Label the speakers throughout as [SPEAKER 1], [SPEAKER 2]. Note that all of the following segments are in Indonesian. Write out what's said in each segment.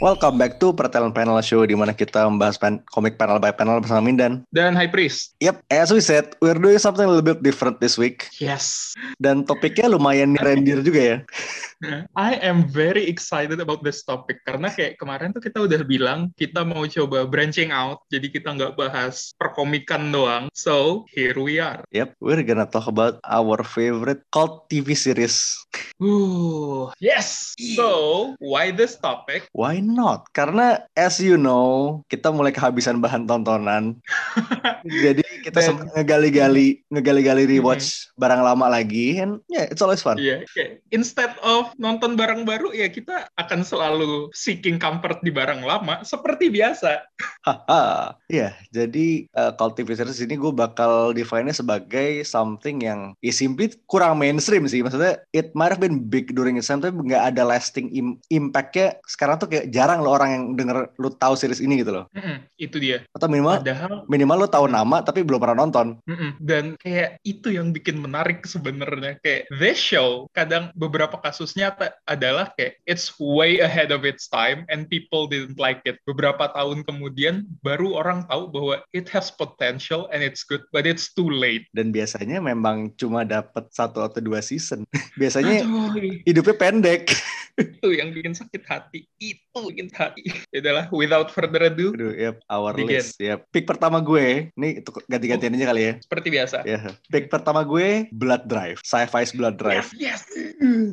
[SPEAKER 1] Welcome back to Pertelan Panel Show di mana kita membahas pan- komik panel by panel bersama Mindan.
[SPEAKER 2] dan High Priest.
[SPEAKER 1] Yep, as we said, we're doing something a little bit different this week
[SPEAKER 2] Yes.
[SPEAKER 1] dan topiknya lumayan rendir juga ya.
[SPEAKER 2] I am very excited about this topic karena kayak kemarin tuh kita udah bilang kita mau coba branching out, jadi kita nggak bahas perkomikan doang. So here we are.
[SPEAKER 1] Yep, we're gonna talk about our favorite cult TV series.
[SPEAKER 2] Ooh, yes. So why this topic?
[SPEAKER 1] Why not? Karena as you know, kita mulai kehabisan bahan tontonan. Jadi kita
[SPEAKER 2] Dan-
[SPEAKER 1] sempat ngegali-gali, ngegali-gali rewatch barang lama lagi and yeah, it's always fun.
[SPEAKER 2] Iya, kayak instead of nonton barang baru ya kita akan selalu seeking comfort di barang lama seperti biasa.
[SPEAKER 1] Haha. Iya, jadi uh, cult TV series ini gue bakal define-nya sebagai something yang ya simply kurang mainstream sih. Maksudnya it might have been big during its time tapi nggak ada lasting im- impact-nya. Sekarang tuh kayak jarang loh orang yang denger lu tahu series ini gitu loh.
[SPEAKER 2] Mm-mm, itu dia.
[SPEAKER 1] Atau minimal
[SPEAKER 2] Padahal
[SPEAKER 1] minimal lu tahu nama tapi belum pernah nonton.
[SPEAKER 2] Mm-mm. Dan kayak itu yang bikin menarik sebenarnya kayak this show kadang beberapa kasusnya ta- adalah kayak it's way ahead of its time and people didn't like it. Beberapa tahun kemudian baru orang tahu bahwa it has potential and it's good but it's too late.
[SPEAKER 1] Dan biasanya memang cuma dapat satu atau dua season. biasanya
[SPEAKER 2] Aduh,
[SPEAKER 1] hidupnya pendek.
[SPEAKER 2] itu yang bikin sakit hati. Itu bikin hati. Ya udahlah, without further ado
[SPEAKER 1] Aduh, yep, our
[SPEAKER 2] Begin.
[SPEAKER 1] list. Yep. Pick pertama gue, ini tuh ganti-gantian aja kali ya.
[SPEAKER 2] seperti biasa.
[SPEAKER 1] Ya, pick pertama gue Blood Drive, sci-fi's Blood
[SPEAKER 2] Ya.
[SPEAKER 1] Drive.
[SPEAKER 2] Yes,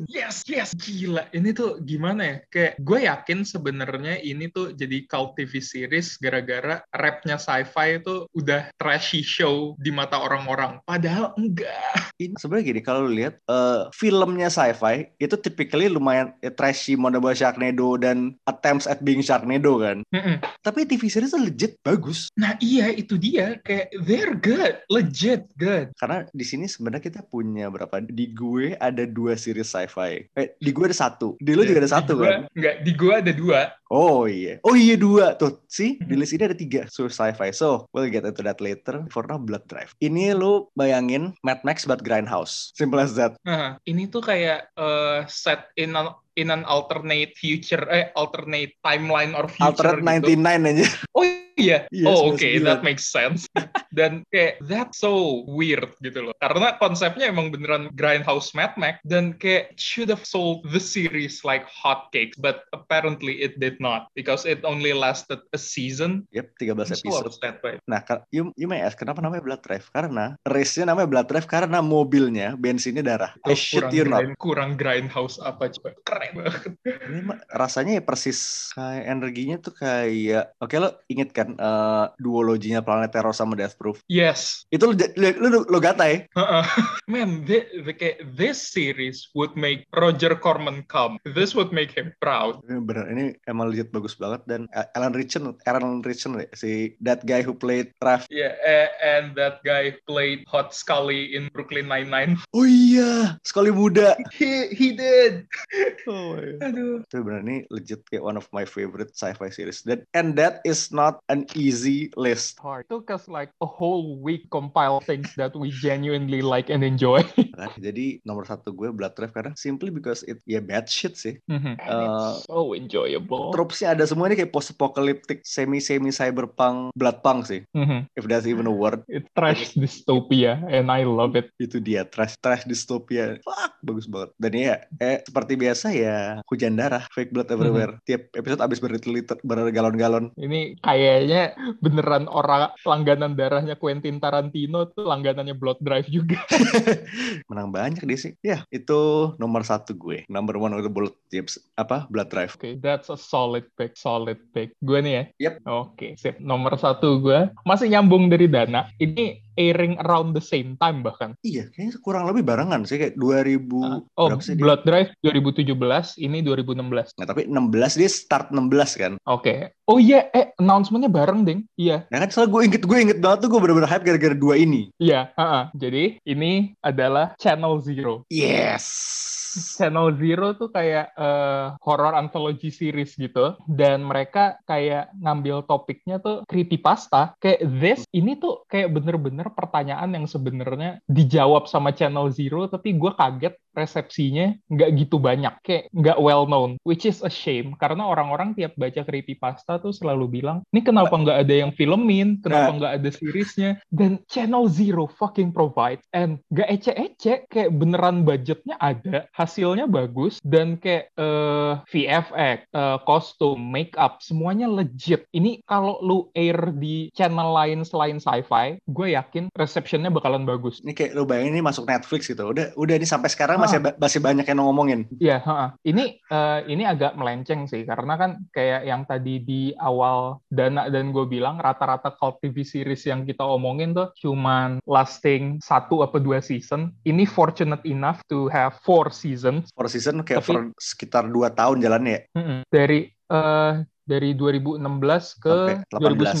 [SPEAKER 2] yes, yes, yes. Gila, ini tuh gimana ya? Kayak gue yakin sebenarnya ini tuh jadi cult TV series gara-gara rapnya sci-fi itu udah trashy show di mata orang-orang. Padahal enggak.
[SPEAKER 1] Ini sebenarnya gini kalau lu lihat eh, filmnya sci-fi itu typically lumayan eh, trashy model bahwa Sharknado dan attempts at being Sharknado kan.
[SPEAKER 2] Mm-mm.
[SPEAKER 1] Tapi TV series legit bagus
[SPEAKER 2] Nah iya, itu dia. Kayak they're good, legit good.
[SPEAKER 1] karena di sini sebenarnya kita punya berapa? Di gue ada dua series sci-fi. Eh, di gue ada satu. Di lu juga ada
[SPEAKER 2] Iya. Di
[SPEAKER 1] satu
[SPEAKER 2] gua-
[SPEAKER 1] kan?
[SPEAKER 2] Enggak, di gue ada dua.
[SPEAKER 1] Oh iya. Oh iya dua tuh. sih di
[SPEAKER 2] Mhm.
[SPEAKER 1] list ini ada tiga so sci-fi. So we'll get into that later. For now Blood Drive. Ini lu bayangin Mad Max but Grindhouse. Simple as that.
[SPEAKER 2] Nah, ini tuh kayak eh, set in an, in an alternate future, eh alternate timeline or future
[SPEAKER 1] Alternate
[SPEAKER 2] gitu.
[SPEAKER 1] 99 aja.
[SPEAKER 2] Oh iya.
[SPEAKER 1] Iya,
[SPEAKER 2] oh oke,
[SPEAKER 1] 99.
[SPEAKER 2] that makes sense. dan kayak that's so weird gitu loh. Karena konsepnya emang beneran grindhouse Mad Max dan kayak should have sold the series like hotcakes, but apparently it did not because it only lasted a season.
[SPEAKER 1] Yep, 13
[SPEAKER 2] I'm so
[SPEAKER 1] episode.
[SPEAKER 2] upset by it.
[SPEAKER 1] Nah, ka- you, you may ask, kenapa namanya Blood Drive? Karena race-nya namanya Blood Drive karena mobilnya, bensinnya darah. I
[SPEAKER 2] Oh,
[SPEAKER 1] shit
[SPEAKER 2] kurang,
[SPEAKER 1] you not.
[SPEAKER 2] grind, kurang grindhouse apa coba. Keren banget.
[SPEAKER 1] Ini mah rasanya ya persis kayak energinya tuh kayak... Oke, lo inget kan eh, duologinya Planet Terror sama Death Proof?
[SPEAKER 2] Yes.
[SPEAKER 1] Itu lo, ja- lo, lo, lo gatai.
[SPEAKER 2] Uh-uh. Man, thi- the, kayak this series would make Roger Corman come. This would make him proud.
[SPEAKER 1] Ini bener, ini emang legit bagus banget. Dan A- Alan Richardson, Alan Richardson ya, si that guy who played Trav.
[SPEAKER 2] Yeah, a- and that guy played Hot Scully in Brooklyn Nine-Nine.
[SPEAKER 1] Oh iya, sekali muda.
[SPEAKER 2] He, he did.
[SPEAKER 1] Oh iya.
[SPEAKER 2] Aduh.
[SPEAKER 1] Itu bener, ini legit kayak one of my favorite sci-fi series. That, and that is not an easy list.
[SPEAKER 2] Hard. Took us like a whole week compile things that we genuinely like and enjoy.
[SPEAKER 1] Nah, jadi nomor satu gue Blood Drive karena simply because it ya bad shit sih.
[SPEAKER 2] Mhm.
[SPEAKER 1] Uh,
[SPEAKER 2] so enjoyable.
[SPEAKER 1] Tropesnya ada semua ini kayak post apocalyptic semi semi cyberpunk blood punk sih
[SPEAKER 2] Mhm.
[SPEAKER 1] if that's even a word
[SPEAKER 2] It trash dystopia and I love it.
[SPEAKER 1] itu dia trash trash dystopia fuck bagus banget dan ya eh seperti biasa ya hujan darah fake blood everywhere tiap episode abis berliter bergalon-galon
[SPEAKER 2] Ini kayaknya beneran orang langganan darahnya Quentin Tarantino tuh langganannya Blood Drive juga.
[SPEAKER 1] menang banyak dia sih ya itu nomor satu gue number one with the bullet tips apa blood drive
[SPEAKER 2] Oke, that's a solid pick, solid pick. Gue nih ya?
[SPEAKER 1] Yep.
[SPEAKER 2] Oke, sip. Nomor satu gue. Masih nyambung dari Dana. Ini airing around the same time bahkan.
[SPEAKER 1] iya kayaknya kurang lebih barengan sih kayak 2000
[SPEAKER 2] Oh,
[SPEAKER 1] Uh, berapa sih dia?
[SPEAKER 2] Blood Drive 2017, ini 2016.
[SPEAKER 1] Nah, tapi 16 dia start 16 kan.
[SPEAKER 2] Oke. Oh iya, eh, announcement-nya bareng, Ding. Iya,
[SPEAKER 1] Nah kan soalnya gue inget gue inget banget tuh gue bener-bener hype gara-gara dua ini.
[SPEAKER 2] iya. ha-ha. Jadi, ini adalah Channel Zero.
[SPEAKER 1] Yes.
[SPEAKER 2] Channel Zero tuh kayak eh, horror anthology series gitu dan mereka kayak ngambil topiknya tuh creepypasta kayak this ini tuh kayak bener-bener pertanyaan yang sebenarnya dijawab sama Channel Zero tapi gue kaget resepsinya nggak gitu banyak kayak nggak well known which is a shame karena orang-orang tiap baca creepypasta tuh selalu bilang ini kenapa nggak ada yang filmin kenapa nggak ada seriesnya dan Channel Zero fucking provide and gak ece-ece kayak beneran budgetnya ada hasilnya bagus dan kayak eh, VFX eh, kostum makeup semuanya legit ini kalau lu air di channel lain selain sci-fi gue yakin receptionnya bakalan bagus
[SPEAKER 1] Ini kayak lu bayangin ini masuk Netflix gitu. Udah udah ini sampai sekarang masih
[SPEAKER 2] Ah.
[SPEAKER 1] ba- masih banyak yang ngomongin.
[SPEAKER 2] Ya, heeh. ini eh, ini agak melenceng sih karena kan kayak yang tadi di awal Dana dan gue bilang rata-rata cult TV series yang kita omongin tuh cuman lasting satu apa dua season. Ini fortunate enough to have four seasons
[SPEAKER 1] For season kayak
[SPEAKER 2] Tapi-
[SPEAKER 1] for sekitar 2 tahun jalannya ya.
[SPEAKER 2] Mm-mm. dari eh, dari 2016
[SPEAKER 1] Sampai
[SPEAKER 2] ke
[SPEAKER 1] 18.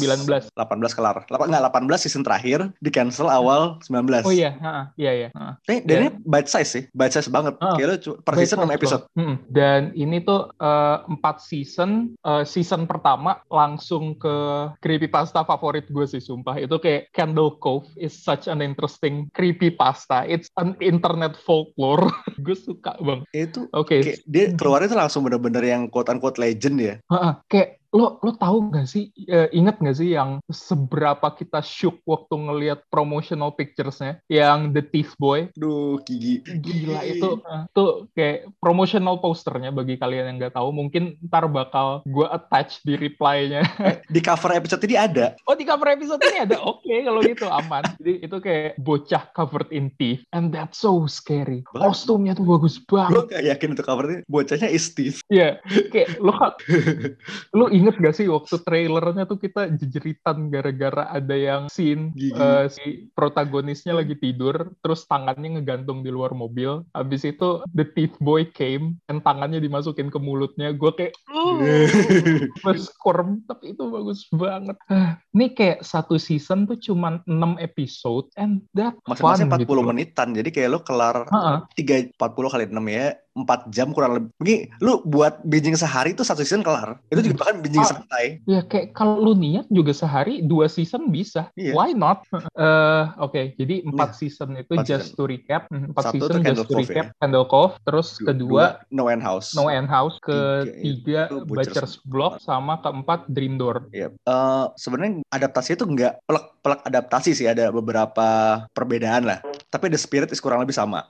[SPEAKER 1] 18
[SPEAKER 2] 2019.
[SPEAKER 1] kelar. Lapa, enggak 18 season terakhir di cancel awal 19.
[SPEAKER 2] Oh iya, heeh. iya iya. heeh.
[SPEAKER 1] Eh, dan ini bite size sih. Bite size banget.
[SPEAKER 2] Ah.
[SPEAKER 1] Kayak lu cu- per
[SPEAKER 2] Baik,
[SPEAKER 1] season 6
[SPEAKER 2] Mas,
[SPEAKER 1] episode.
[SPEAKER 2] Bro. Mm-mm. Dan ini tuh eh, empat season. Eh, season pertama langsung ke creepypasta favorit gue sih, sumpah. Itu kayak Candle Cove is such an interesting creepypasta. It's an internet folklore. gue suka bang.
[SPEAKER 1] Itu
[SPEAKER 2] Oke.
[SPEAKER 1] kayak dia keluarnya tuh langsung bener-bener yang quote-unquote legend ya.
[SPEAKER 2] Heeh, kayak lo lo tahu nggak sih eh, inget nggak sih yang seberapa kita shook waktu ngelihat promotional picturesnya yang The Thief Boy
[SPEAKER 1] Duh, gigi.
[SPEAKER 2] Gila
[SPEAKER 1] Iya.
[SPEAKER 2] itu itu Ah, kayak promotional posternya bagi kalian yang nggak tahu mungkin ntar bakal gue attach di reply-nya.
[SPEAKER 1] Di cover episode ini ada.
[SPEAKER 2] Oh di cover episode ini ada oke kalau gitu aman. Jadi itu kayak bocah covered in thief and that's so scary. Kostumnya tuh bagus
[SPEAKER 1] Gue
[SPEAKER 2] banget.
[SPEAKER 1] gak yakin untuk covernya. Bocahnya is Steve.
[SPEAKER 2] Iya, kayak lu lu inget gak sih waktu trailernya tuh kita jejeritan gara-gara ada yang scene
[SPEAKER 1] Gigi.
[SPEAKER 2] eh, si protagonisnya lagi tidur terus tangannya ngegantung di luar mobil habis itu the thief boy came dan tangannya dimasukin ke mulutnya gue kayak squirm tapi itu bagus banget Ah, ini kayak satu season tuh cuman 6 episode and that fun
[SPEAKER 1] Masing-masing 40
[SPEAKER 2] gitu.
[SPEAKER 1] menitan. Jadi kayak lu kelar
[SPEAKER 2] Ha-ha.
[SPEAKER 1] 3, 40 kali 6 ya. 4 jam kurang lebih. Ini lu buat binging sehari itu satu season kelar. Itu juga bahkan binging
[SPEAKER 2] Ah.
[SPEAKER 1] santai.
[SPEAKER 2] Ya kayak kalau lu niat juga sehari dua season bisa.
[SPEAKER 1] Iya.
[SPEAKER 2] Why not? Eh, Oke, jadi empat season itu
[SPEAKER 1] Empat
[SPEAKER 2] just to recap. Hmm, Empat
[SPEAKER 1] Satu
[SPEAKER 2] season
[SPEAKER 1] tuh
[SPEAKER 2] just
[SPEAKER 1] Candle
[SPEAKER 2] to
[SPEAKER 1] Cove, ya?
[SPEAKER 2] recap. Candle Cove. Terus
[SPEAKER 1] Dua-
[SPEAKER 2] kedua
[SPEAKER 1] dua, No End House.
[SPEAKER 2] No End House.
[SPEAKER 1] Tiga
[SPEAKER 2] Ketiga
[SPEAKER 1] itu Butcher's
[SPEAKER 2] Butcher's Block. Sama keempat Dream Door.
[SPEAKER 1] Iya. Eh, sebenarnya adaptasi itu nggak pelak-pelak adaptasi sih ada beberapa perbedaan lah. Tapi the spirit is kurang lebih sama.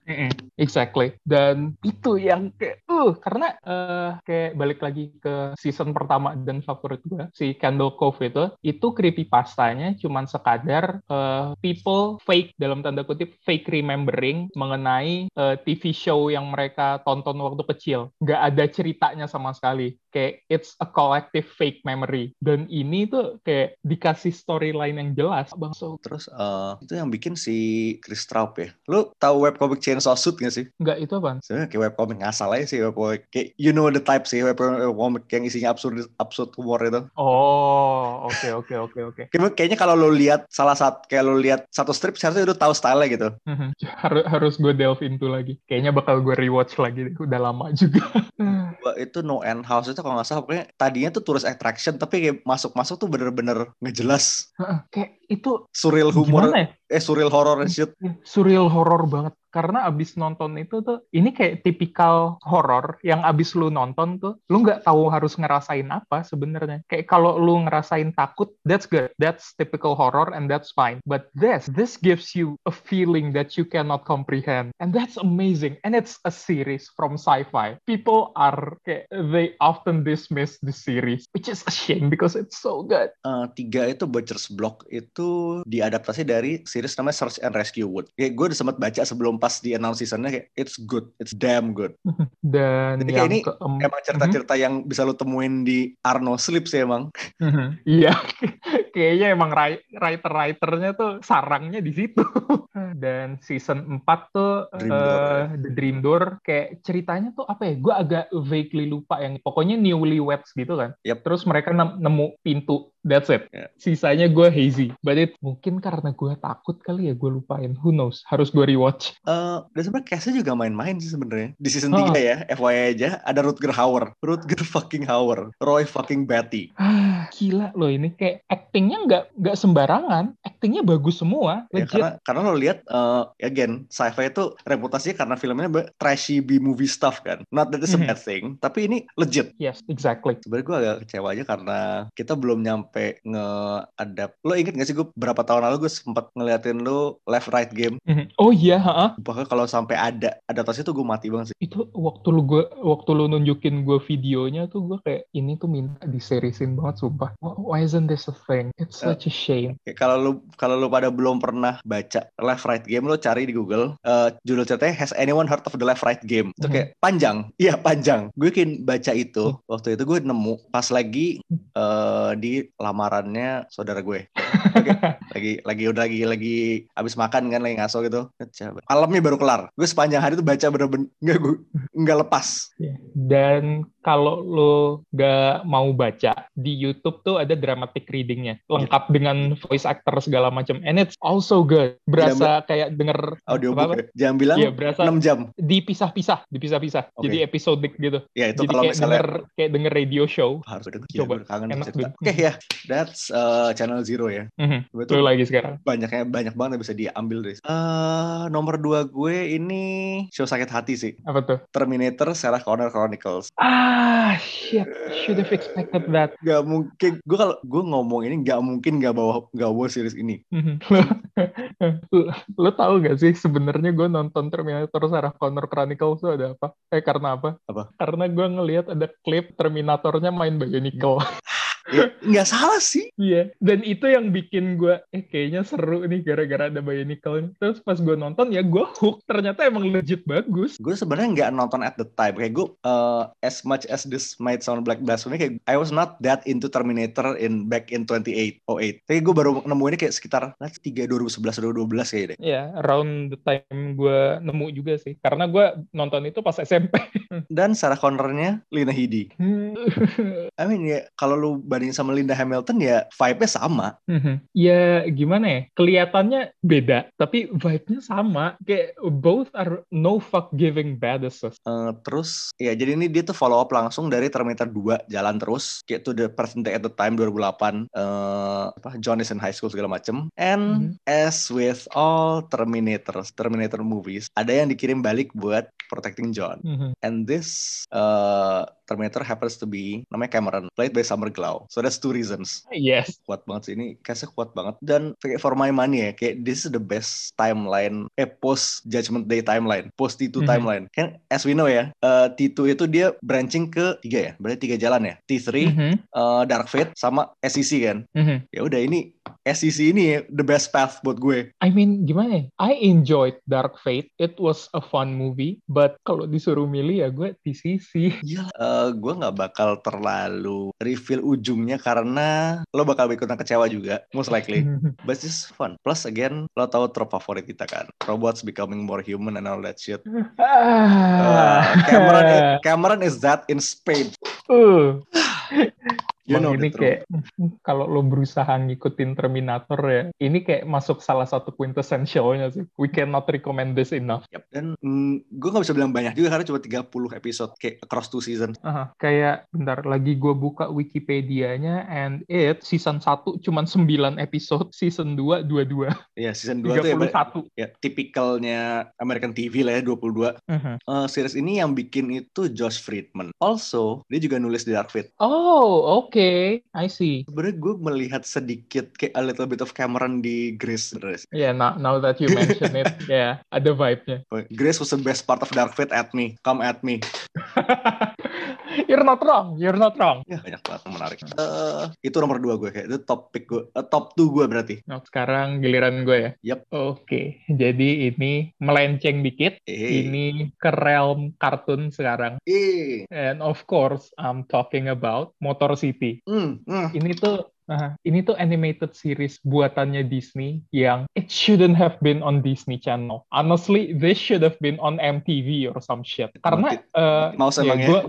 [SPEAKER 2] Exactly. Dan itu yang kayak, uh, karena eh, kayak balik lagi ke season pertama dan favorit gue, si Candle Cove itu, itu creepypastanya cuman sekadar eh, people fake, dalam tanda kutip, fake remembering mengenai eh, TV show yang mereka tonton waktu kecil. Nggak ada ceritanya sama sekali. Kayak it's a collective fake memory. Dan ini tuh kayak dikasih storyline yang jelas. Bang, so
[SPEAKER 1] Terus eh, itu yang bikin si Chris Traub ya. Lu tahu webcomic Chainsaw Suit nggak sih?
[SPEAKER 2] nggak itu apaan?
[SPEAKER 1] Sebenarnya kayak webcomic ngasal aja sih webcomic. Kayak you know the type sih webcomic, webcomic yang isinya absurd absurd humor itu.
[SPEAKER 2] Oh, oke, oke, oke, oke.
[SPEAKER 1] Kayak- Kayaknya kalau lu lihat salah satu kayak lu lihat satu strip seharusnya lu tahu style gitu.
[SPEAKER 2] Mhm. Har- harus gue delve into lagi. Kayaknya bakal gue rewatch lagi deh. Udah lama juga. Hmm.
[SPEAKER 1] Wah, itu no end house itu kalau nggak salah pokoknya tadinya tuh tulis attraction tapi kayak masuk-masuk tuh bener-bener ngejelas
[SPEAKER 2] Heeh, Kayak itu
[SPEAKER 1] surreal humor
[SPEAKER 2] gimana ya?
[SPEAKER 1] eh surreal horror and shit
[SPEAKER 2] Surreal horror banget. Karena abis nonton itu tuh, ini kayak tipikal horror yang abis lu nonton tuh, lu nggak tahu harus ngerasain apa sebenarnya. Kayak kalau lu ngerasain takut, that's good. That's typical horror and that's fine. But this, this gives you a feeling that you cannot comprehend. And that's amazing. And it's a series from sci-fi. People are, kayak, they often dismiss the series, which is a shame because it's so good.
[SPEAKER 1] Eh, tiga itu Butcher's Block itu diadaptasi dari series namanya Search and Rescue Wood. Kayak gue udah sempat baca sebelum pas di announce seasonnya kayak it's good, it's damn good.
[SPEAKER 2] Dan
[SPEAKER 1] Jadi kayak
[SPEAKER 2] yang
[SPEAKER 1] ini
[SPEAKER 2] keem-
[SPEAKER 1] Emang cerita-cerita yang bisa lo temuin di Arno Sleeps ya emang.
[SPEAKER 2] Mhm. Iya, kayaknya emang ri- writer-writernya tuh sarangnya di situ. Dan season 4 tuh
[SPEAKER 1] Dream
[SPEAKER 2] eh,
[SPEAKER 1] Door, ya.
[SPEAKER 2] The Dream Door kayak ceritanya tuh apa ya? Gue agak vaguely lupa yang pokoknya newlyweds gitu kan.
[SPEAKER 1] Yap.
[SPEAKER 2] Terus mereka nem- nemu pintu That's it.
[SPEAKER 1] Yeah.
[SPEAKER 2] Sisanya gue hazy. But it mungkin karena gue takut kali ya gue lupain. Who knows? Harus gue rewatch.
[SPEAKER 1] Eh, dan sebenarnya case-nya juga main-main sih sebenarnya. Di season
[SPEAKER 2] Ah.
[SPEAKER 1] 3 ya, FYI aja, ada Rutger Hauer. Rutger fucking Hauer. Roy fucking Batty.
[SPEAKER 2] Ah, gila loh ini. Kayak actingnya nggak nggak sembarangan. Actingnya bagus semua.
[SPEAKER 1] Ya,
[SPEAKER 2] Legit.
[SPEAKER 1] karena karena lo lihat eh, again sci-fi itu reputasinya karena filmnya be- trashy B movie stuff kan. Not that it's a
[SPEAKER 2] Mhm.
[SPEAKER 1] bad thing, tapi ini legit.
[SPEAKER 2] Yes, exactly.
[SPEAKER 1] Sebenarnya gue agak kecewa aja karena kita belum nyampe nge-adapt. Lo inget gak sih gue berapa tahun lalu gue sempat ngeliatin lo Left Right Game.
[SPEAKER 2] Mhm. Oh iya, ha-ha.
[SPEAKER 1] Bahkan kalau sampai ada adaptasi tuh gue mati banget sih.
[SPEAKER 2] itu waktu lu gua waktu lu nunjukin gue videonya tuh gue kayak ini tuh minta diserisin banget sumpah Why- why isn't this a thing it's
[SPEAKER 1] Ya.
[SPEAKER 2] such a shame
[SPEAKER 1] Kayak kalau lo kalau lo pada belum pernah baca Left Right Game lo cari di Google eh, judul ceritanya Has anyone heard of the Left Right Game? Itu kayak
[SPEAKER 2] Mhm.
[SPEAKER 1] panjang. Iya panjang. Gue kin baca
[SPEAKER 2] Oh.
[SPEAKER 1] itu waktu itu gue nemu pas lagi eh, di lamarannya saudara gue. Oke, lagi lagi udah lagi lagi habis makan kan lagi ngaso gitu. Baca. Malamnya baru kelar. Gue sepanjang hari tuh baca bener-bener nggak gue nggak lepas.
[SPEAKER 2] Ya. dan kalau lu gak mau baca di YouTube tuh ada dramatic readingnya lengkap dengan voice actor segala macam and it's also good berasa kayak denger apa-apa?
[SPEAKER 1] Audiobook. ya. Jangan bilang
[SPEAKER 2] Iya, berasa
[SPEAKER 1] 6 jam.
[SPEAKER 2] dipisah-pisah, dipisah-pisah.
[SPEAKER 1] Oke.
[SPEAKER 2] Jadi episodic gitu.
[SPEAKER 1] Ya itu
[SPEAKER 2] Jadi
[SPEAKER 1] kalau
[SPEAKER 2] kayak
[SPEAKER 1] misalnya
[SPEAKER 2] denger kayak denger radio show.
[SPEAKER 1] harus gue denger.
[SPEAKER 2] Coba.
[SPEAKER 1] Gila, gue kangen
[SPEAKER 2] Enak,
[SPEAKER 1] cerita.
[SPEAKER 2] dude.
[SPEAKER 1] Oke ya, that's eh, channel zero ya.
[SPEAKER 2] Mhm.
[SPEAKER 1] Gue tuh
[SPEAKER 2] Lu lagi sekarang.
[SPEAKER 1] banyaknya banyak banget yang bisa diambil dari Eh, nomor dua gue ini show sakit hati sih
[SPEAKER 2] Apa tuh?
[SPEAKER 1] Terminator Sarah Connor Chronicles
[SPEAKER 2] Ah, shit. Should have expected that.
[SPEAKER 1] gak mungkin gue kalau gue ngomong ini gak mungkin gak bawa gak bawa series ini
[SPEAKER 2] Mhm. lo, lo- lo tau gak sih sebenarnya gue nonton Terminator Sarah Connor Chronicles itu ada apa? Eh karena apa?
[SPEAKER 1] Apa?
[SPEAKER 2] Karena gue ngelihat ada klip Terminatornya main Bionicle.
[SPEAKER 1] ya, gak salah sih
[SPEAKER 2] Iya. Dan itu yang bikin gue, eh kayaknya seru nih gara-gara ada Bionicle. Terus pas gue nonton ya gue hook. Ternyata emang legit bagus.
[SPEAKER 1] gue sebenarnya nggak nonton at the time kayak gue eh, as much as this might sound black blasphemy kayak I was not that into Terminator in back in 2808 tapi gue baru nemu ini kayak sekitar tiga 2011 2012 kayak gitu. deh
[SPEAKER 2] Ya, around the time gue nemu juga sih. Karena gue nonton itu pas SMP.
[SPEAKER 1] dan Sarah Connornya Lina Headey
[SPEAKER 2] Hmm.
[SPEAKER 1] I mean ya kalau lu banding sama Linda Hamilton ya vibe-nya sama.
[SPEAKER 2] Mhm. ya gimana ya? Kelihatannya beda, tapi vibe-nya sama. Kayak both are no fuck giving badasses.
[SPEAKER 1] Eh, terus ya jadi ini dia tuh follow up langsung dari Terminator 2 jalan terus kayak to the present day at the time 2008 eh apa John is in high school segala macem and as with all Terminators Terminator movies ada yang dikirim balik buat protecting John
[SPEAKER 2] Mhm.
[SPEAKER 1] and this eh, Terminator happens to be namanya Cameron played by Summer Glau so that's two reasons
[SPEAKER 2] Yes.
[SPEAKER 1] kuat banget sih ini case-nya kuat banget dan kayak for my money ya kayak this is the best timeline eh post judgment day timeline post T2
[SPEAKER 2] Mhm.
[SPEAKER 1] timeline kan as we know ya eh, T2 itu dia branching ke tiga ya berarti tiga jalan ya T3
[SPEAKER 2] Mhm.
[SPEAKER 1] eh, Dark Fate sama SEC kan
[SPEAKER 2] Mhm.
[SPEAKER 1] ya udah ini SEC ini ya, the best path buat gue
[SPEAKER 2] I mean, gimana ya? I enjoyed Dark Fate. It was a fun movie. But kalau disuruh milih ya gue TCC.
[SPEAKER 1] Iyalah, eh, gue nggak bakal terlalu reveal ujungnya karena lo bakal ikutan kecewa juga, most likely.
[SPEAKER 2] Mhm.
[SPEAKER 1] But it's just fun. Plus again, lo tau trope favorit kita kan, robots becoming more human and all that shit.
[SPEAKER 2] ah.
[SPEAKER 1] Uh, Cameron, Cameron is that in Spain.
[SPEAKER 2] Uh.
[SPEAKER 1] You know
[SPEAKER 2] Emang ini
[SPEAKER 1] the truth.
[SPEAKER 2] kayak mm-hmm. kalau lo berusaha ngikutin Terminator ya, ini kayak masuk salah satu quintessentialnya sih. We cannot recommend this enough.
[SPEAKER 1] Yep. Dan gue gak bisa bilang banyak juga karena cuma 30 episode kayak across two season.
[SPEAKER 2] Aha, kayak bentar lagi gue buka Wikipedia-nya and it season 1 cuman 9 episode, season 2 22,
[SPEAKER 1] Ya season 2 tuh ya,
[SPEAKER 2] 31.
[SPEAKER 1] ber- ya tipikalnya American TV lah ya 22.
[SPEAKER 2] Mhm.
[SPEAKER 1] Eh, series ini yang bikin itu Josh Friedman. Also, dia juga nulis di Dark Fate.
[SPEAKER 2] Oh, oke. I see.
[SPEAKER 1] Sebenarnya gue melihat sedikit kayak a little bit of Cameron di Grace. sebenarnya sih.
[SPEAKER 2] Yeah, now, now that you mention it, yeah, ada vibe-nya.
[SPEAKER 1] Grace was the best part of Dark Fate at me. Come at me.
[SPEAKER 2] you're not wrong, you're not wrong.
[SPEAKER 1] Ya, banyak banget yang menarik. Eh, itu nomor dua gue kayak itu top pick gue, eh, top 2 gue berarti.
[SPEAKER 2] Nah, sekarang giliran gue ya.
[SPEAKER 1] Yap.
[SPEAKER 2] Oke, jadi ini melenceng dikit.
[SPEAKER 1] Eh.
[SPEAKER 2] Ini ke realm kartun sekarang.
[SPEAKER 1] Eh,
[SPEAKER 2] And of course, I'm talking about Motor City.
[SPEAKER 1] mm, mm.
[SPEAKER 2] Ini tuh Aha. Ini tuh animated series buatannya Disney yang it shouldn't have been on Disney Channel. Honestly, this should have been on MTV or some shit. Karena eh,
[SPEAKER 1] Mau
[SPEAKER 2] ya,
[SPEAKER 1] emang ya?
[SPEAKER 2] gua, mm,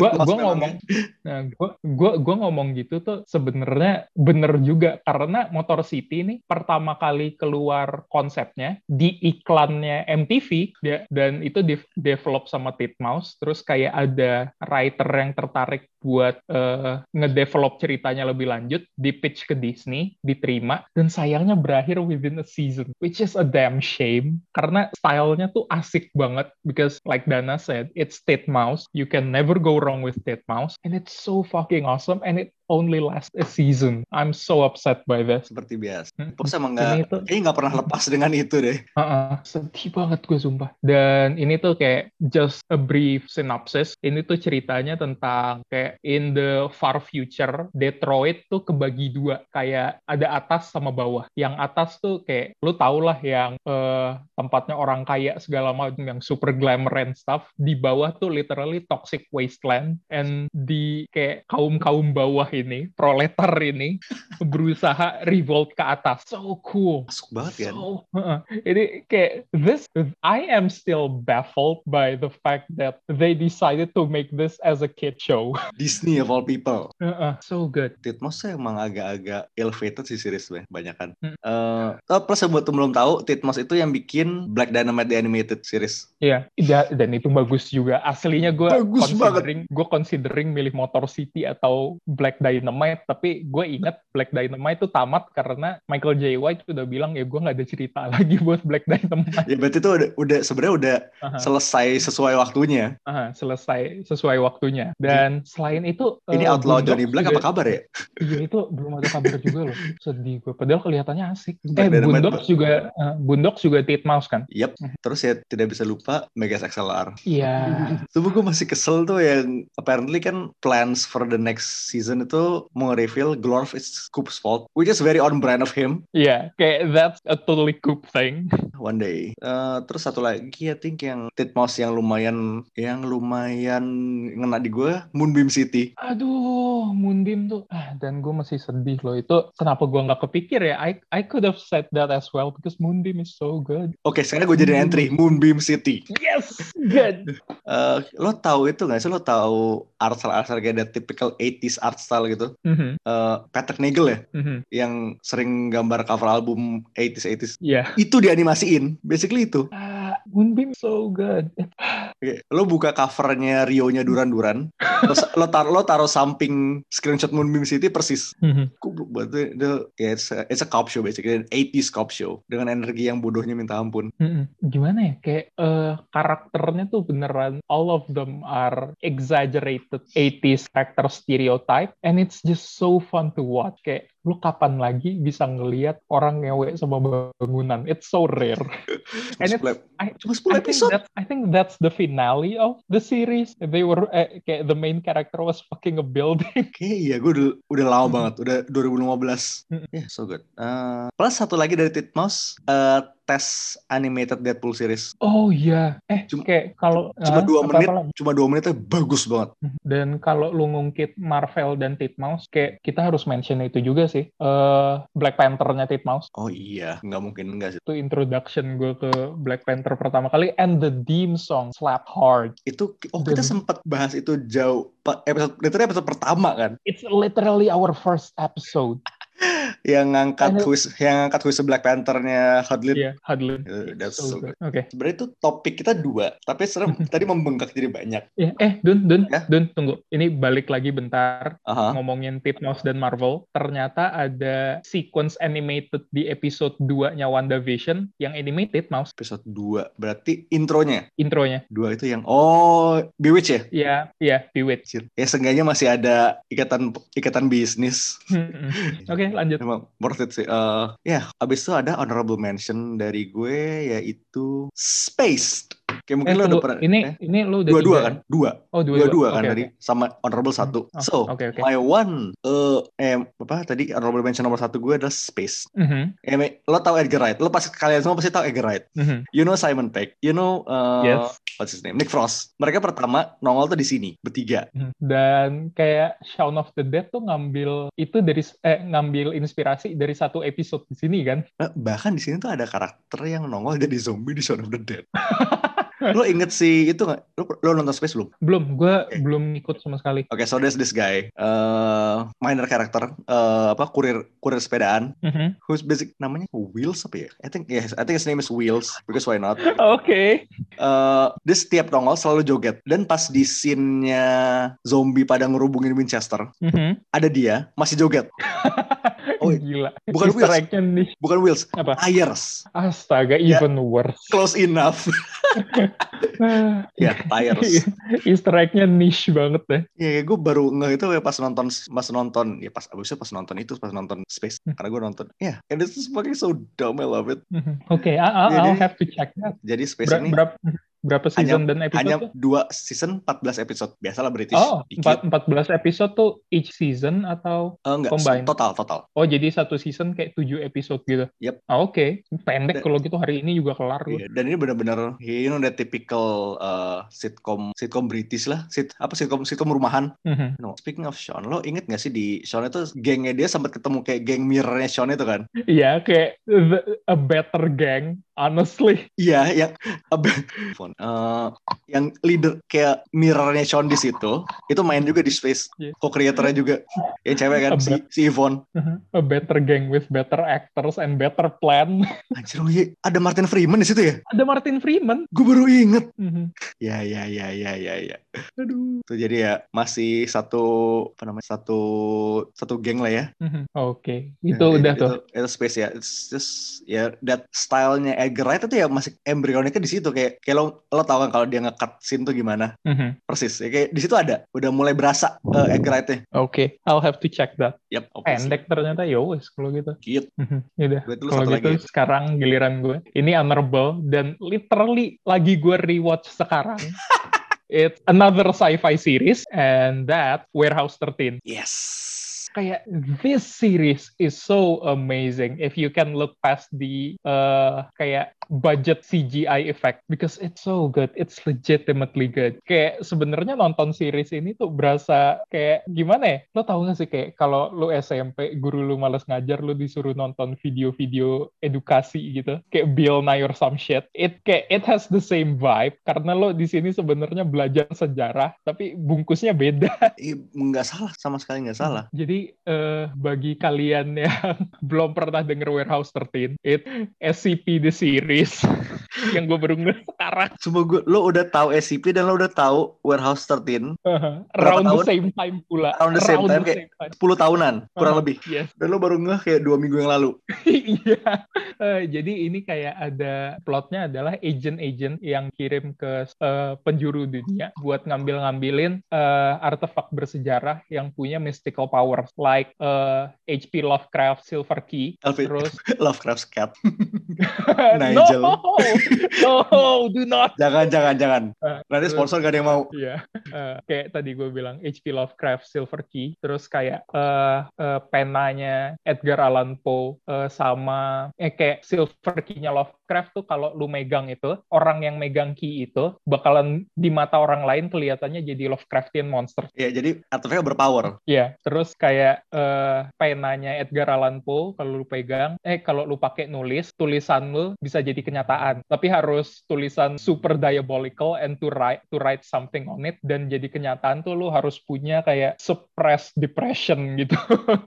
[SPEAKER 2] gua,
[SPEAKER 1] Titmouse
[SPEAKER 2] gua
[SPEAKER 1] memang
[SPEAKER 2] ngomong, nah, gua, gua, gua ngomong gitu tuh sebenarnya bener juga karena Motor City nih pertama kali keluar konsepnya di iklannya MTV dia- dan itu di develop sama Titmouse terus kayak ada writer yang tertarik buat eh, ngedevelop ceritanya lebih lanjut di pitch ke Disney diterima dan sayangnya berakhir within a season which is a damn shame karena stylenya tuh asik banget because like Dana said it's Titmouse you can never go wrong with Titmouse and it's so fucking awesome and it only lasts a season I'm so upset by this
[SPEAKER 1] Seperti biasa.
[SPEAKER 2] Hmm.
[SPEAKER 1] Fox emang
[SPEAKER 2] ini
[SPEAKER 1] nggak,
[SPEAKER 2] tuh
[SPEAKER 1] kayaknya nggak pernah lepas dengan itu deh.
[SPEAKER 2] Heeh, sedih banget gue sumpah. Dan ini tuh kayak just a brief synopsis. Ini tuh ceritanya tentang kayak in the far future, Detroit tuh kebagi dua. Kayak ada atas sama bawah. Yang atas tuh kayak lu tau lah yang eh, tempatnya orang kaya segala macam yang super glamour and stuff. Di bawah tuh literally toxic wasteland. And di kayak kaum-kaum bawah ini, proletar ini, berusaha revolt ke atas. So cool.
[SPEAKER 1] Masuk banget kan.
[SPEAKER 2] So, uh-uh. ini kayak this I am still baffled by the fact that they decided to make this as a kid show.
[SPEAKER 1] Disney of all people.
[SPEAKER 2] Uh-uh. So good.
[SPEAKER 1] Titmouse tuh emang agak-agak elevated sih series banyak banyakan.
[SPEAKER 2] Hmm.
[SPEAKER 1] Eh, oh, plus yang buat belum tahu, Titmouse itu yang bikin Black Dynamite the animated series.
[SPEAKER 2] Ya, da- dan itu bagus juga. Aslinya gue
[SPEAKER 1] Bagus
[SPEAKER 2] considering gue considering milih Motor City atau Black Dynamite, tapi gue ingat Black Dynamite itu tamat karena Michael J. White udah bilang ya gue nggak ada cerita lagi buat Black Dynamite.
[SPEAKER 1] Ya berarti itu udah, udah sebenarnya udah
[SPEAKER 2] Aha,
[SPEAKER 1] selesai sesuai waktunya.
[SPEAKER 2] aha, uh-huh, selesai sesuai waktunya. Dan selain itu
[SPEAKER 1] Ini
[SPEAKER 2] eh,
[SPEAKER 1] Outlaw
[SPEAKER 2] Boondocks
[SPEAKER 1] Johnny Black
[SPEAKER 2] juga-
[SPEAKER 1] apa kabar ya?
[SPEAKER 2] Iya itu belum ada kabar juga loh. Sedih gue. Padahal kelihatannya asik. Eh
[SPEAKER 1] Black Dynamite,
[SPEAKER 2] Boondocks juga eh, Boondocks juga Titmouse kan?
[SPEAKER 1] Yep. Terus ya tidak bisa lupa Megas XLR.
[SPEAKER 2] Iya.
[SPEAKER 1] Tapi gue masih kesel tuh yang apparently kan plans for the next season itu mau reveal Glorf is Scoop's fault, which is very on brand of him.
[SPEAKER 2] Iya, kayak that's a totally cool thing.
[SPEAKER 1] One day. Eh, terus satu lagi, I think yang Titmouse yang lumayan yang lumayan ngena di gue, Moonbeam City.
[SPEAKER 2] Aduh, Moonbeam tuh. Ah, dan gue masih sedih loh itu. Kenapa gue nggak kepikir ya? I I could have said that as well because Moonbeam is so good.
[SPEAKER 1] Oke, sekarang gue jadi entry Moonbeam City.
[SPEAKER 2] Yes, good.
[SPEAKER 1] Eh, lo tahu itu nggak sih? Lo tahu art style art style kayak ada typical 80s art style gitu.
[SPEAKER 2] Mhm,
[SPEAKER 1] Eh, Patrick Nagel ya,
[SPEAKER 2] mhm.
[SPEAKER 1] yang sering gambar cover album 80s 80s.
[SPEAKER 2] Iya.
[SPEAKER 1] Itu dianimasiin, basically itu.
[SPEAKER 2] Ah, Moonbeam so good.
[SPEAKER 1] Oke, lo buka covernya Rio-nya Duran-Duran, terus lo taruh lo taruh samping screenshot Moonbeam City persis.
[SPEAKER 2] Mhm.
[SPEAKER 1] Kublok banget tuh, itu, ya it's a, it's a cop show basically, an 80s cop show dengan energi yang bodohnya minta ampun.
[SPEAKER 2] Mm-mm. Gimana ya? Kayak eh, karakternya tuh beneran all of them are exaggerated 80s actor stereotype and it's just so fun to watch. Kayak lu kapan lagi bisa ngelihat orang ngewe sama bangunan? It's so rare.
[SPEAKER 1] Cuma
[SPEAKER 2] And it's,
[SPEAKER 1] 10,
[SPEAKER 2] I-
[SPEAKER 1] cuma 10
[SPEAKER 2] I think
[SPEAKER 1] episode.
[SPEAKER 2] that's I think that's the finale of the series. They were eh, kayak the main character was fucking a building.
[SPEAKER 1] Oke, iya gue udah, udah lama
[SPEAKER 2] Mm.
[SPEAKER 1] banget, udah 2015.
[SPEAKER 2] Mm.
[SPEAKER 1] Yeah, Ya, so good. Eh, plus satu lagi dari Titmouse, eh tes animated Deadpool series.
[SPEAKER 2] Oh iya. Eh
[SPEAKER 1] Cuma-
[SPEAKER 2] kayak kalau
[SPEAKER 1] Cuma
[SPEAKER 2] ah,
[SPEAKER 1] dua
[SPEAKER 2] apa-apa
[SPEAKER 1] menit,
[SPEAKER 2] lagi?
[SPEAKER 1] cuma dua menitnya bagus banget.
[SPEAKER 2] Dan kalau lu ngungkit Marvel dan Titmouse, kayak kita harus mention itu juga sih. Eh Black Panther-nya Titmouse.
[SPEAKER 1] Oh iya, nggak mungkin enggak sih.
[SPEAKER 2] Itu introduction gue ke Black Panther pertama kali. And the theme song, Slap Hard.
[SPEAKER 1] itu oh kita
[SPEAKER 2] Dan-
[SPEAKER 1] sempat bahas itu jauh pa- episode literally episode pertama kan
[SPEAKER 2] It's literally our first episode.
[SPEAKER 1] yang ngangkat
[SPEAKER 2] Ada-
[SPEAKER 1] twist yang ngangkat twist Black Panther-nya Hudlin
[SPEAKER 2] Iya, Hudlin.
[SPEAKER 1] Eh, that's so
[SPEAKER 2] Oke.
[SPEAKER 1] good. sebenarnya itu topik kita dua tapi serem tadi membengkak jadi banyak
[SPEAKER 2] Iya, Eh, Dun, Dun,
[SPEAKER 1] Ya?
[SPEAKER 2] Dun, tunggu. Ini balik lagi bentar
[SPEAKER 1] Aha.
[SPEAKER 2] ngomongin Titmouse dan Marvel. Ternyata ada sequence animated di episode 2-nya WandaVision yang animated mouse
[SPEAKER 1] episode 2 berarti intronya
[SPEAKER 2] intronya.
[SPEAKER 1] dua itu yang oh Bewitch ya
[SPEAKER 2] Iya, iya, Bewitch.
[SPEAKER 1] Anjir. ya seenggaknya masih ada ikatan ikatan bisnis
[SPEAKER 2] Mm-mm. Hmm, Oke, lanjut.
[SPEAKER 1] Emang worth it sih. Eh, ya, abis itu ada honorable mention dari gue yaitu Space. Kayak mungkin
[SPEAKER 2] Eh,
[SPEAKER 1] lo udah
[SPEAKER 2] tunggu.
[SPEAKER 1] pernah
[SPEAKER 2] ini
[SPEAKER 1] eh,
[SPEAKER 2] ini lu udah
[SPEAKER 1] dua-dua
[SPEAKER 2] tiga.
[SPEAKER 1] kan? Dua.
[SPEAKER 2] Oh, dua-dua.
[SPEAKER 1] dua-dua kan
[SPEAKER 2] Oke,
[SPEAKER 1] tadi
[SPEAKER 2] oke.
[SPEAKER 1] sama honorable satu.
[SPEAKER 2] Oh,
[SPEAKER 1] so
[SPEAKER 2] oke, oke.
[SPEAKER 1] my one eh eh apa tadi honorable mention nomor satu gue adalah space.
[SPEAKER 2] Mhm,
[SPEAKER 1] Eh, me- lo tau Edgar Wright? Lo pasti kalian semua pasti tahu Edgar Wright.
[SPEAKER 2] mhm.
[SPEAKER 1] You know Simon Pegg. You know eh,
[SPEAKER 2] Yes.
[SPEAKER 1] what's his name Nick Frost mereka pertama nongol tuh di sini bertiga
[SPEAKER 2] Mm-hmm. Dan kayak Shaun of the Dead tuh ngambil itu dari eh ngambil inspirasi dari satu episode di sini kan.
[SPEAKER 1] Nah, bahkan di sini tuh ada karakter yang nongol jadi zombie di Shaun of the Dead lo inget si itu nggak lo, lo nonton Space belum
[SPEAKER 2] Belum, gua
[SPEAKER 1] Oke.
[SPEAKER 2] belum ngikut sama sekali.
[SPEAKER 1] Oke, so there's this guy, uh, minor karakter, uh, apa kurir kurir sepedaan,
[SPEAKER 2] Mhm.
[SPEAKER 1] who's basic namanya Wheels apa ya? I think yes, I think his name is Wheels because why not?
[SPEAKER 2] Oke.
[SPEAKER 1] eh dia setiap nongol selalu joget dan pas di scene-nya zombie pada ngerubungin Winchester
[SPEAKER 2] Mhm.
[SPEAKER 1] ada dia masih joget Oh, iya.
[SPEAKER 2] Gila.
[SPEAKER 1] Bukan
[SPEAKER 2] Easter
[SPEAKER 1] Wheels.
[SPEAKER 2] egg-nya nih.
[SPEAKER 1] bukan Wills
[SPEAKER 2] Apa?
[SPEAKER 1] tires
[SPEAKER 2] Astaga,
[SPEAKER 1] Ya.
[SPEAKER 2] even worse. Ah.
[SPEAKER 1] close enough ya
[SPEAKER 2] Iya.
[SPEAKER 1] tires
[SPEAKER 2] Easter egg-nya niche banget deh.
[SPEAKER 1] ya, gue baru nge itu ya pas nonton pas nonton ya pas abisnya pas nonton itu pas nonton space
[SPEAKER 2] Hmm.
[SPEAKER 1] karena gue nonton ya and this is fucking so dumb I love it
[SPEAKER 2] Mhm. Oke, I- I'll,
[SPEAKER 1] Jadi-
[SPEAKER 2] I'll have to check that.
[SPEAKER 1] jadi space
[SPEAKER 2] Ber-
[SPEAKER 1] ini
[SPEAKER 2] berap- berapa season dan episode
[SPEAKER 1] hanya
[SPEAKER 2] tuh?
[SPEAKER 1] dua season 14 episode biasalah British
[SPEAKER 2] Oh,
[SPEAKER 1] dikit
[SPEAKER 2] empat- 14 episode tuh each season atau
[SPEAKER 1] Eh, enggak
[SPEAKER 2] combined.
[SPEAKER 1] total total
[SPEAKER 2] oh jadi satu season kayak 7 episode gitu.
[SPEAKER 1] Yep.
[SPEAKER 2] Ah, Oke, pendek
[SPEAKER 1] Dan-
[SPEAKER 2] kalau gitu hari ini juga kelar gua.
[SPEAKER 1] Iya, dan ini benar-benar you know that typical uh, sitcom sitcom British lah, sit apa sitcom sitcom rumahan.
[SPEAKER 2] Mhm.
[SPEAKER 1] No, speaking of Sean, lo inget gak sih di Sean itu gengnya dia sempat ketemu kayak geng mirrornya Sean itu kan?
[SPEAKER 2] Iya, kayak the- a better gang honestly.
[SPEAKER 1] Iya, yang Phone. Eh, yang leader kayak mirrornya Sean di situ, itu main juga di Space,
[SPEAKER 2] Iya.
[SPEAKER 1] co-creatornya juga, yang cewek kan si, si Yvonne.
[SPEAKER 2] Mhm. A better gang with better actors and better plan.
[SPEAKER 1] Anjir, oh iya, ada Martin Freeman di situ ya?
[SPEAKER 2] Ada Martin Freeman.
[SPEAKER 1] Gue baru inget.
[SPEAKER 2] Mhm.
[SPEAKER 1] Ya, ya, ya, ya, ya, ya. Aduh. Tuh, jadi ya masih satu apa namanya satu satu geng lah ya. Eh,
[SPEAKER 2] Mhm. Oke,
[SPEAKER 1] Iya,
[SPEAKER 2] itu udah tuh.
[SPEAKER 1] Itu, itu space ya. It's just ya that stylenya Edgar Wright itu ya masih embryoniknya di situ kayak kayak lo lo tau kan kalau dia nge-cut scene tuh gimana
[SPEAKER 2] Mhm.
[SPEAKER 1] persis. Ya, kayak di situ ada udah mulai berasa eh, Edgar Wright-nya.
[SPEAKER 2] Oke, I'll have to check that.
[SPEAKER 1] Yap, oke.
[SPEAKER 2] Pendek ternyata ya wes kalau gitu.
[SPEAKER 1] Gitu.
[SPEAKER 2] Mhm. Yaudah.
[SPEAKER 1] Gue dulu
[SPEAKER 2] Kalau
[SPEAKER 1] satu
[SPEAKER 2] gitu
[SPEAKER 1] lagi. ya?
[SPEAKER 2] sekarang giliran gue. Ini honorable dan literally lagi gue rewatch sekarang. It's another sci-fi series and that Warehouse 13.
[SPEAKER 1] Yes.
[SPEAKER 2] Kayak this series is so amazing if you can look past the uh, kayak budget CGI effect because it's so good. It's legitimately good. Kayak sebenarnya nonton series ini tuh berasa kayak gimana ya? Lo tau gak sih kayak kalau lo SMP guru lu males ngajar lu disuruh nonton video-video edukasi gitu kayak Bill Nye or some shit. It kayak it has the same vibe karena lo di sini sebenarnya belajar sejarah tapi bungkusnya beda.
[SPEAKER 1] Ih, Nggak salah sama sekali nggak salah.
[SPEAKER 2] Jadi eh, bagi kalian yang belum pernah denger Warehouse 13, it SCP the series yang gue baru denger sekarang
[SPEAKER 1] Cuma gue lo udah tahu SCP dan lo udah tahu Warehouse 13
[SPEAKER 2] around the
[SPEAKER 1] tahun?
[SPEAKER 2] same time pula.
[SPEAKER 1] Around the same time, kayak-
[SPEAKER 2] same time.
[SPEAKER 1] 10 tahunan kurang
[SPEAKER 2] Aha.
[SPEAKER 1] lebih.
[SPEAKER 2] Yes.
[SPEAKER 1] Dan lo baru ngeh kayak dua minggu yang lalu.
[SPEAKER 2] Iya. Eh, jadi ini kayak ada plotnya adalah agent-agent yang kirim ke eh, penjuru dunia buat ngambil-ngambilin eh, artefak bersejarah yang punya mystical power like eh, H.P. Lovecraft Silver Key.
[SPEAKER 1] Alfred
[SPEAKER 2] Terus
[SPEAKER 1] Lovecraft's cat.
[SPEAKER 2] Nah,
[SPEAKER 1] Nigel.
[SPEAKER 2] no, no, do not.
[SPEAKER 1] Jangan, jangan, jangan.
[SPEAKER 2] Eh,
[SPEAKER 1] Nanti sponsor gak ada yang mau.
[SPEAKER 2] Iya, Eh, kayak tadi gue bilang H.P. Lovecraft Silver Key, terus kayak eh, eh, penanya Edgar Allan Poe eh, sama eh kayak Silver Key-nya Lovecraft tuh kalau lu megang itu orang yang megang key itu bakalan di mata orang lain kelihatannya jadi Lovecraftian monster.
[SPEAKER 1] Ya, jadi artefaknya berpower.
[SPEAKER 2] Iya, terus kayak eh, penanya Edgar Allan Poe kalau lu pegang, eh kalau lu pakai nulis, tulisan lu bisa jadi kenyataan. Tapi harus tulisan super diabolical and to write to write something on it dan jadi kenyataan tuh lu harus punya kayak suppressed depression gitu.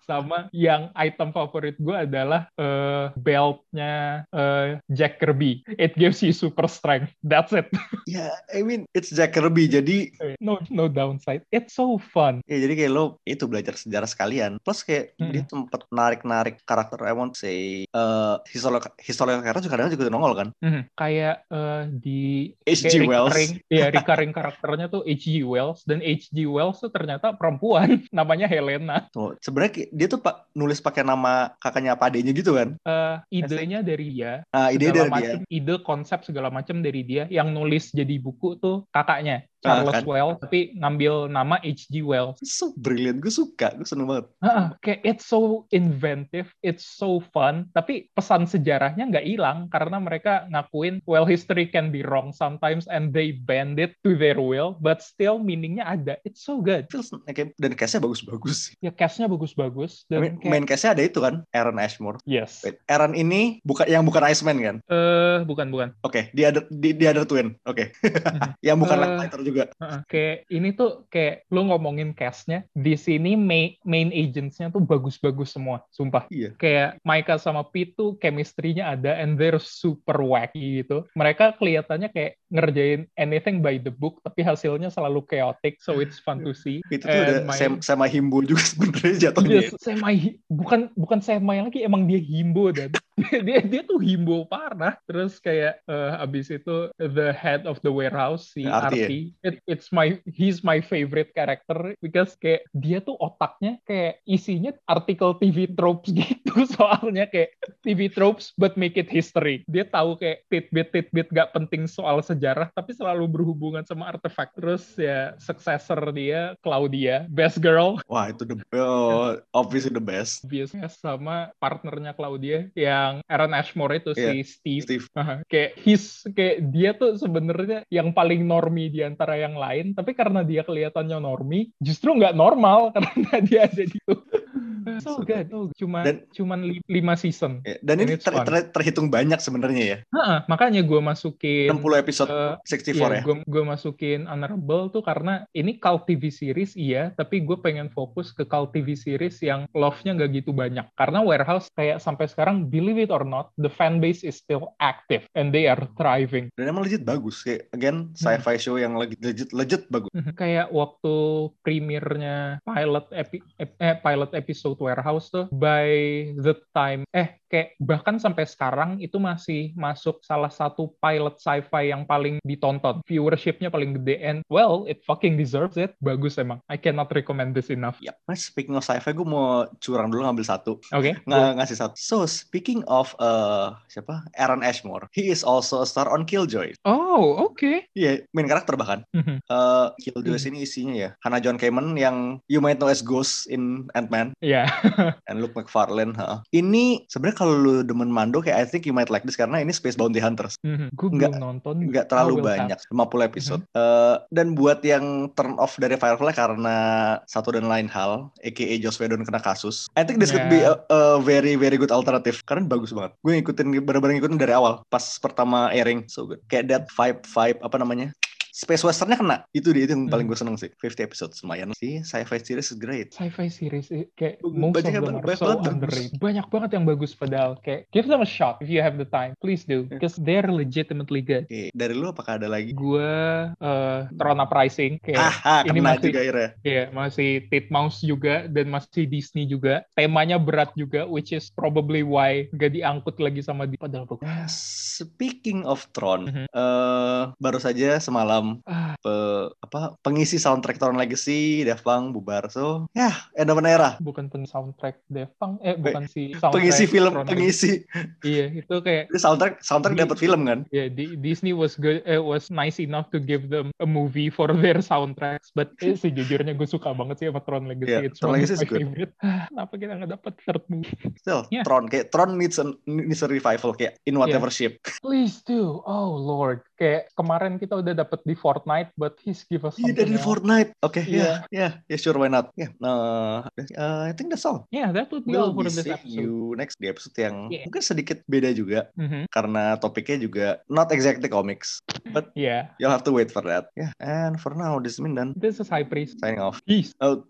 [SPEAKER 2] Sama yang item favorit gue adalah eh, beltnya eh, Jack Kirby. It gives you super strength. That's it.
[SPEAKER 1] Ya, I mean, it's Jack Kirby. Jadi,
[SPEAKER 2] No no downside. It's so fun.
[SPEAKER 1] ya jadi kayak lo itu belajar sejarah sekalian. Plus kayak
[SPEAKER 2] Mm-mm.
[SPEAKER 1] dia sempet narik-narik karakter, I won't say, eh historical, historical character kadang-kadang juga nongol kan.
[SPEAKER 2] Mhm. Kayak eh, di
[SPEAKER 1] H.G.
[SPEAKER 2] Kayak
[SPEAKER 1] Wells.
[SPEAKER 2] recurring- Iya, recurring karakternya tuh H.G. Wells dan H.G. Wells tuh ternyata perempuan namanya Helena.
[SPEAKER 1] Tuh, sebenarnya kayak- dia tuh pak nulis pakai nama kakaknya apa adanya gitu kan.
[SPEAKER 2] Eh, idenya dari dia,
[SPEAKER 1] Nah, ide
[SPEAKER 2] segala
[SPEAKER 1] dari dia.
[SPEAKER 2] macem, ide konsep segala macam dari dia yang nulis jadi buku tuh kakaknya. Charles
[SPEAKER 1] kan.
[SPEAKER 2] Wells tapi ngambil nama H.G. Wells.
[SPEAKER 1] so brilliant gue suka gue seneng banget
[SPEAKER 2] Heeh, kayak it's so inventive, it's so fun, tapi pesan sejarahnya nggak hilang karena mereka ngakuin well history can be wrong sometimes and they bend it to their will, but still meaningnya ada. It's so good.
[SPEAKER 1] Terus, kayak- dan case-nya bagus-bagus sih
[SPEAKER 2] Ya cast-nya bagus-bagus dan
[SPEAKER 1] main,
[SPEAKER 2] kayak-
[SPEAKER 1] main case-nya ada itu kan Aaron Ashmore
[SPEAKER 2] yes. Eh
[SPEAKER 1] Wait, Aaron ini bukan yang bukan Iceman kan
[SPEAKER 2] bukan bukan.
[SPEAKER 1] oke dia ada di, di Other twin oke yang bukan
[SPEAKER 2] Eh.
[SPEAKER 1] Black Panther juga
[SPEAKER 2] Heeh. Kayak ini tuh kayak lu ngomongin cast-nya di sini main main agents-nya tuh bagus-bagus semua, sumpah.
[SPEAKER 1] Iya.
[SPEAKER 2] Kayak Micah sama Pete tuh chemistry-nya ada and they're super wacky gitu. Mereka kelihatannya kayak ngerjain anything by the book tapi hasilnya selalu chaotic so it's fun to see.
[SPEAKER 1] itu tuh
[SPEAKER 2] And
[SPEAKER 1] udah
[SPEAKER 2] my-
[SPEAKER 1] sem- sama Himbo juga sebenarnya jatuhnya
[SPEAKER 2] Eh, Yes, semi bukan bukan semi lagi emang dia himbo dan dia dia tuh himbo parah terus kayak eh, abis itu the head of the warehouse si
[SPEAKER 1] Ya, Arti ya?
[SPEAKER 2] Arti It- it's my he's my favorite character because kayak dia tuh otaknya kayak isinya artikel TV tropes gitu soalnya kayak TV tropes but make it history dia tahu kayak tidbit tidbit gak penting soal sejarah tapi selalu berhubungan sama artefak terus ya successor dia Claudia best girl
[SPEAKER 1] wah itu the oh, obviously the best
[SPEAKER 2] biasanya sama partnernya Claudia yang Aaron Ashmore itu si Steve.
[SPEAKER 1] Steve
[SPEAKER 2] Aha, kayak his kayak dia tuh sebenarnya yang paling normi di antara yang lain, tapi karena dia kelihatannya normi, justru nggak normal karena dia ada di situ. So good. So good. Cuman
[SPEAKER 1] Dan-
[SPEAKER 2] cuman li- lima season.
[SPEAKER 1] Ya, dan
[SPEAKER 2] And
[SPEAKER 1] ini
[SPEAKER 2] it's
[SPEAKER 1] ter-
[SPEAKER 2] fun.
[SPEAKER 1] ter- terhitung banyak sebenarnya ya
[SPEAKER 2] Ha-ha, makanya gue masukin
[SPEAKER 1] 60 episode
[SPEAKER 2] eh,
[SPEAKER 1] 64 ya
[SPEAKER 2] gue masukin honorable tuh karena ini cult TV series iya, tapi gue pengen fokus ke cult TV series yang love-nya nggak gitu banyak. Karena Warehouse kayak sampai sekarang, believe it or not, the fan base is still active and they are thriving.
[SPEAKER 1] dan emang legit bagus kayak again
[SPEAKER 2] Hmm.
[SPEAKER 1] sci-fi show yang legit legit, legit bagus
[SPEAKER 2] kayak waktu premiernya pilot epi, ep- eh, pilot episode Warehouse tuh, by the time eh kayak bahkan sampai sekarang itu masih masuk salah satu pilot sci-fi yang paling ditonton, viewershipnya paling gede and well it fucking deserves it. Bagus emang. I cannot recommend this enough.
[SPEAKER 1] ya mas speaking of sci-fi gue mau curang dulu ngambil satu
[SPEAKER 2] Oke.
[SPEAKER 1] Nggak ngasih satu so speaking of uh, siapa Aaron Ashmore he is also a star on Killjoy
[SPEAKER 2] Oh, oke.
[SPEAKER 1] iya main karakter bahkan
[SPEAKER 2] Mhm.
[SPEAKER 1] uh, Killjoy ini isinya ya Hannah John Kamen yang you might know as Ghost in Ant-Man
[SPEAKER 2] Ya.
[SPEAKER 1] and Luke McFarlane ha. ini sebenarnya kalau lu demen Mando kayak I think you might like this karena ini Space Bounty Hunters
[SPEAKER 2] Mhm.
[SPEAKER 1] Nggak-
[SPEAKER 2] Gue Oh, belum Mm-hmm. nonton.
[SPEAKER 1] nggak
[SPEAKER 2] I
[SPEAKER 1] terlalu
[SPEAKER 2] will have-
[SPEAKER 1] banyak 50 episode Eh, dan buat yang turn off dari Firefly karena satu dan lain hal aka Joss Whedon kena kasus I think this could be a, a very very good alternative karena bagus banget gue ngikutin bener-bener ngikutin dari awal pas pertama airing so good kayak that vibe vibe apa namanya Space Westernnya kena itu dia itu yang
[SPEAKER 2] Mm.
[SPEAKER 1] paling gue seneng sih 50 episode lumayan sih sci-fi series is great
[SPEAKER 2] sci-fi series eh, kayak
[SPEAKER 1] Bagus-
[SPEAKER 2] most of
[SPEAKER 1] banyak-
[SPEAKER 2] them are
[SPEAKER 1] banyak
[SPEAKER 2] so
[SPEAKER 1] banget bagus.
[SPEAKER 2] underrated. Banyak banget yang bagus padahal. Kayak give them a shot if you have the time, please do, because they're legitimately good.
[SPEAKER 1] Oke, dari lu apakah ada lagi
[SPEAKER 2] Gue eh Tron Uprising kayak
[SPEAKER 1] Haha,
[SPEAKER 2] ini
[SPEAKER 1] kena
[SPEAKER 2] masih-
[SPEAKER 1] juga akhirnya
[SPEAKER 2] kayak masih Titmouse juga dan masih Disney juga. Temanya berat juga, which is probably why gak diangkut lagi sama di padahal bagus.
[SPEAKER 1] Speaking of Tron,
[SPEAKER 2] Mhm.
[SPEAKER 1] eh, baru saja semalam
[SPEAKER 2] Ah,
[SPEAKER 1] pe- apa pengisi soundtrack Tron Legacy Daft Punk bubar so ya end of an era
[SPEAKER 2] bukan peng soundtrack Daft Punk, eh
[SPEAKER 1] Wait,
[SPEAKER 2] bukan si soundtrack
[SPEAKER 1] pengisi film
[SPEAKER 2] Tron.
[SPEAKER 1] pengisi
[SPEAKER 2] Iya, itu kayak
[SPEAKER 1] Ini soundtrack soundtrack
[SPEAKER 2] Di-
[SPEAKER 1] dapat film kan
[SPEAKER 2] Yeah, Di- Disney was good, eh, was nice enough to give them a movie for their soundtracks. But eh, sejujurnya gue suka banget sih sama Tron Legacy.
[SPEAKER 1] Yeah,
[SPEAKER 2] It's
[SPEAKER 1] Tron
[SPEAKER 2] one of
[SPEAKER 1] Legacy is
[SPEAKER 2] my
[SPEAKER 1] good.
[SPEAKER 2] favorite. Ah, Kenapa kita nggak dapat third movie?
[SPEAKER 1] still
[SPEAKER 2] Yeah.
[SPEAKER 1] Tron kayak Tron needs a, needs a revival kayak
[SPEAKER 2] Ya.
[SPEAKER 1] in whatever shape
[SPEAKER 2] Please do. Oh lord. Kayak kemarin kita udah dapat di Fortnite, but he's give us
[SPEAKER 1] Iya
[SPEAKER 2] something
[SPEAKER 1] dari
[SPEAKER 2] else. Iya.
[SPEAKER 1] Fortnite oke
[SPEAKER 2] Yeah.
[SPEAKER 1] ya ya ya sure why not ya nah, eh, I think that's all
[SPEAKER 2] Yeah, that would be all
[SPEAKER 1] We'll
[SPEAKER 2] for
[SPEAKER 1] be
[SPEAKER 2] this
[SPEAKER 1] seeing
[SPEAKER 2] episode. Iya.
[SPEAKER 1] you next di episode yang
[SPEAKER 2] Yeah.
[SPEAKER 1] mungkin sedikit beda juga
[SPEAKER 2] Mhm.
[SPEAKER 1] karena topiknya juga not exactly comics.
[SPEAKER 2] Yeah,
[SPEAKER 1] You'll have to wait for that. Yeah, and for now this is Mindan
[SPEAKER 2] this is High Priest.
[SPEAKER 1] signing off.
[SPEAKER 2] Peace.
[SPEAKER 1] Out.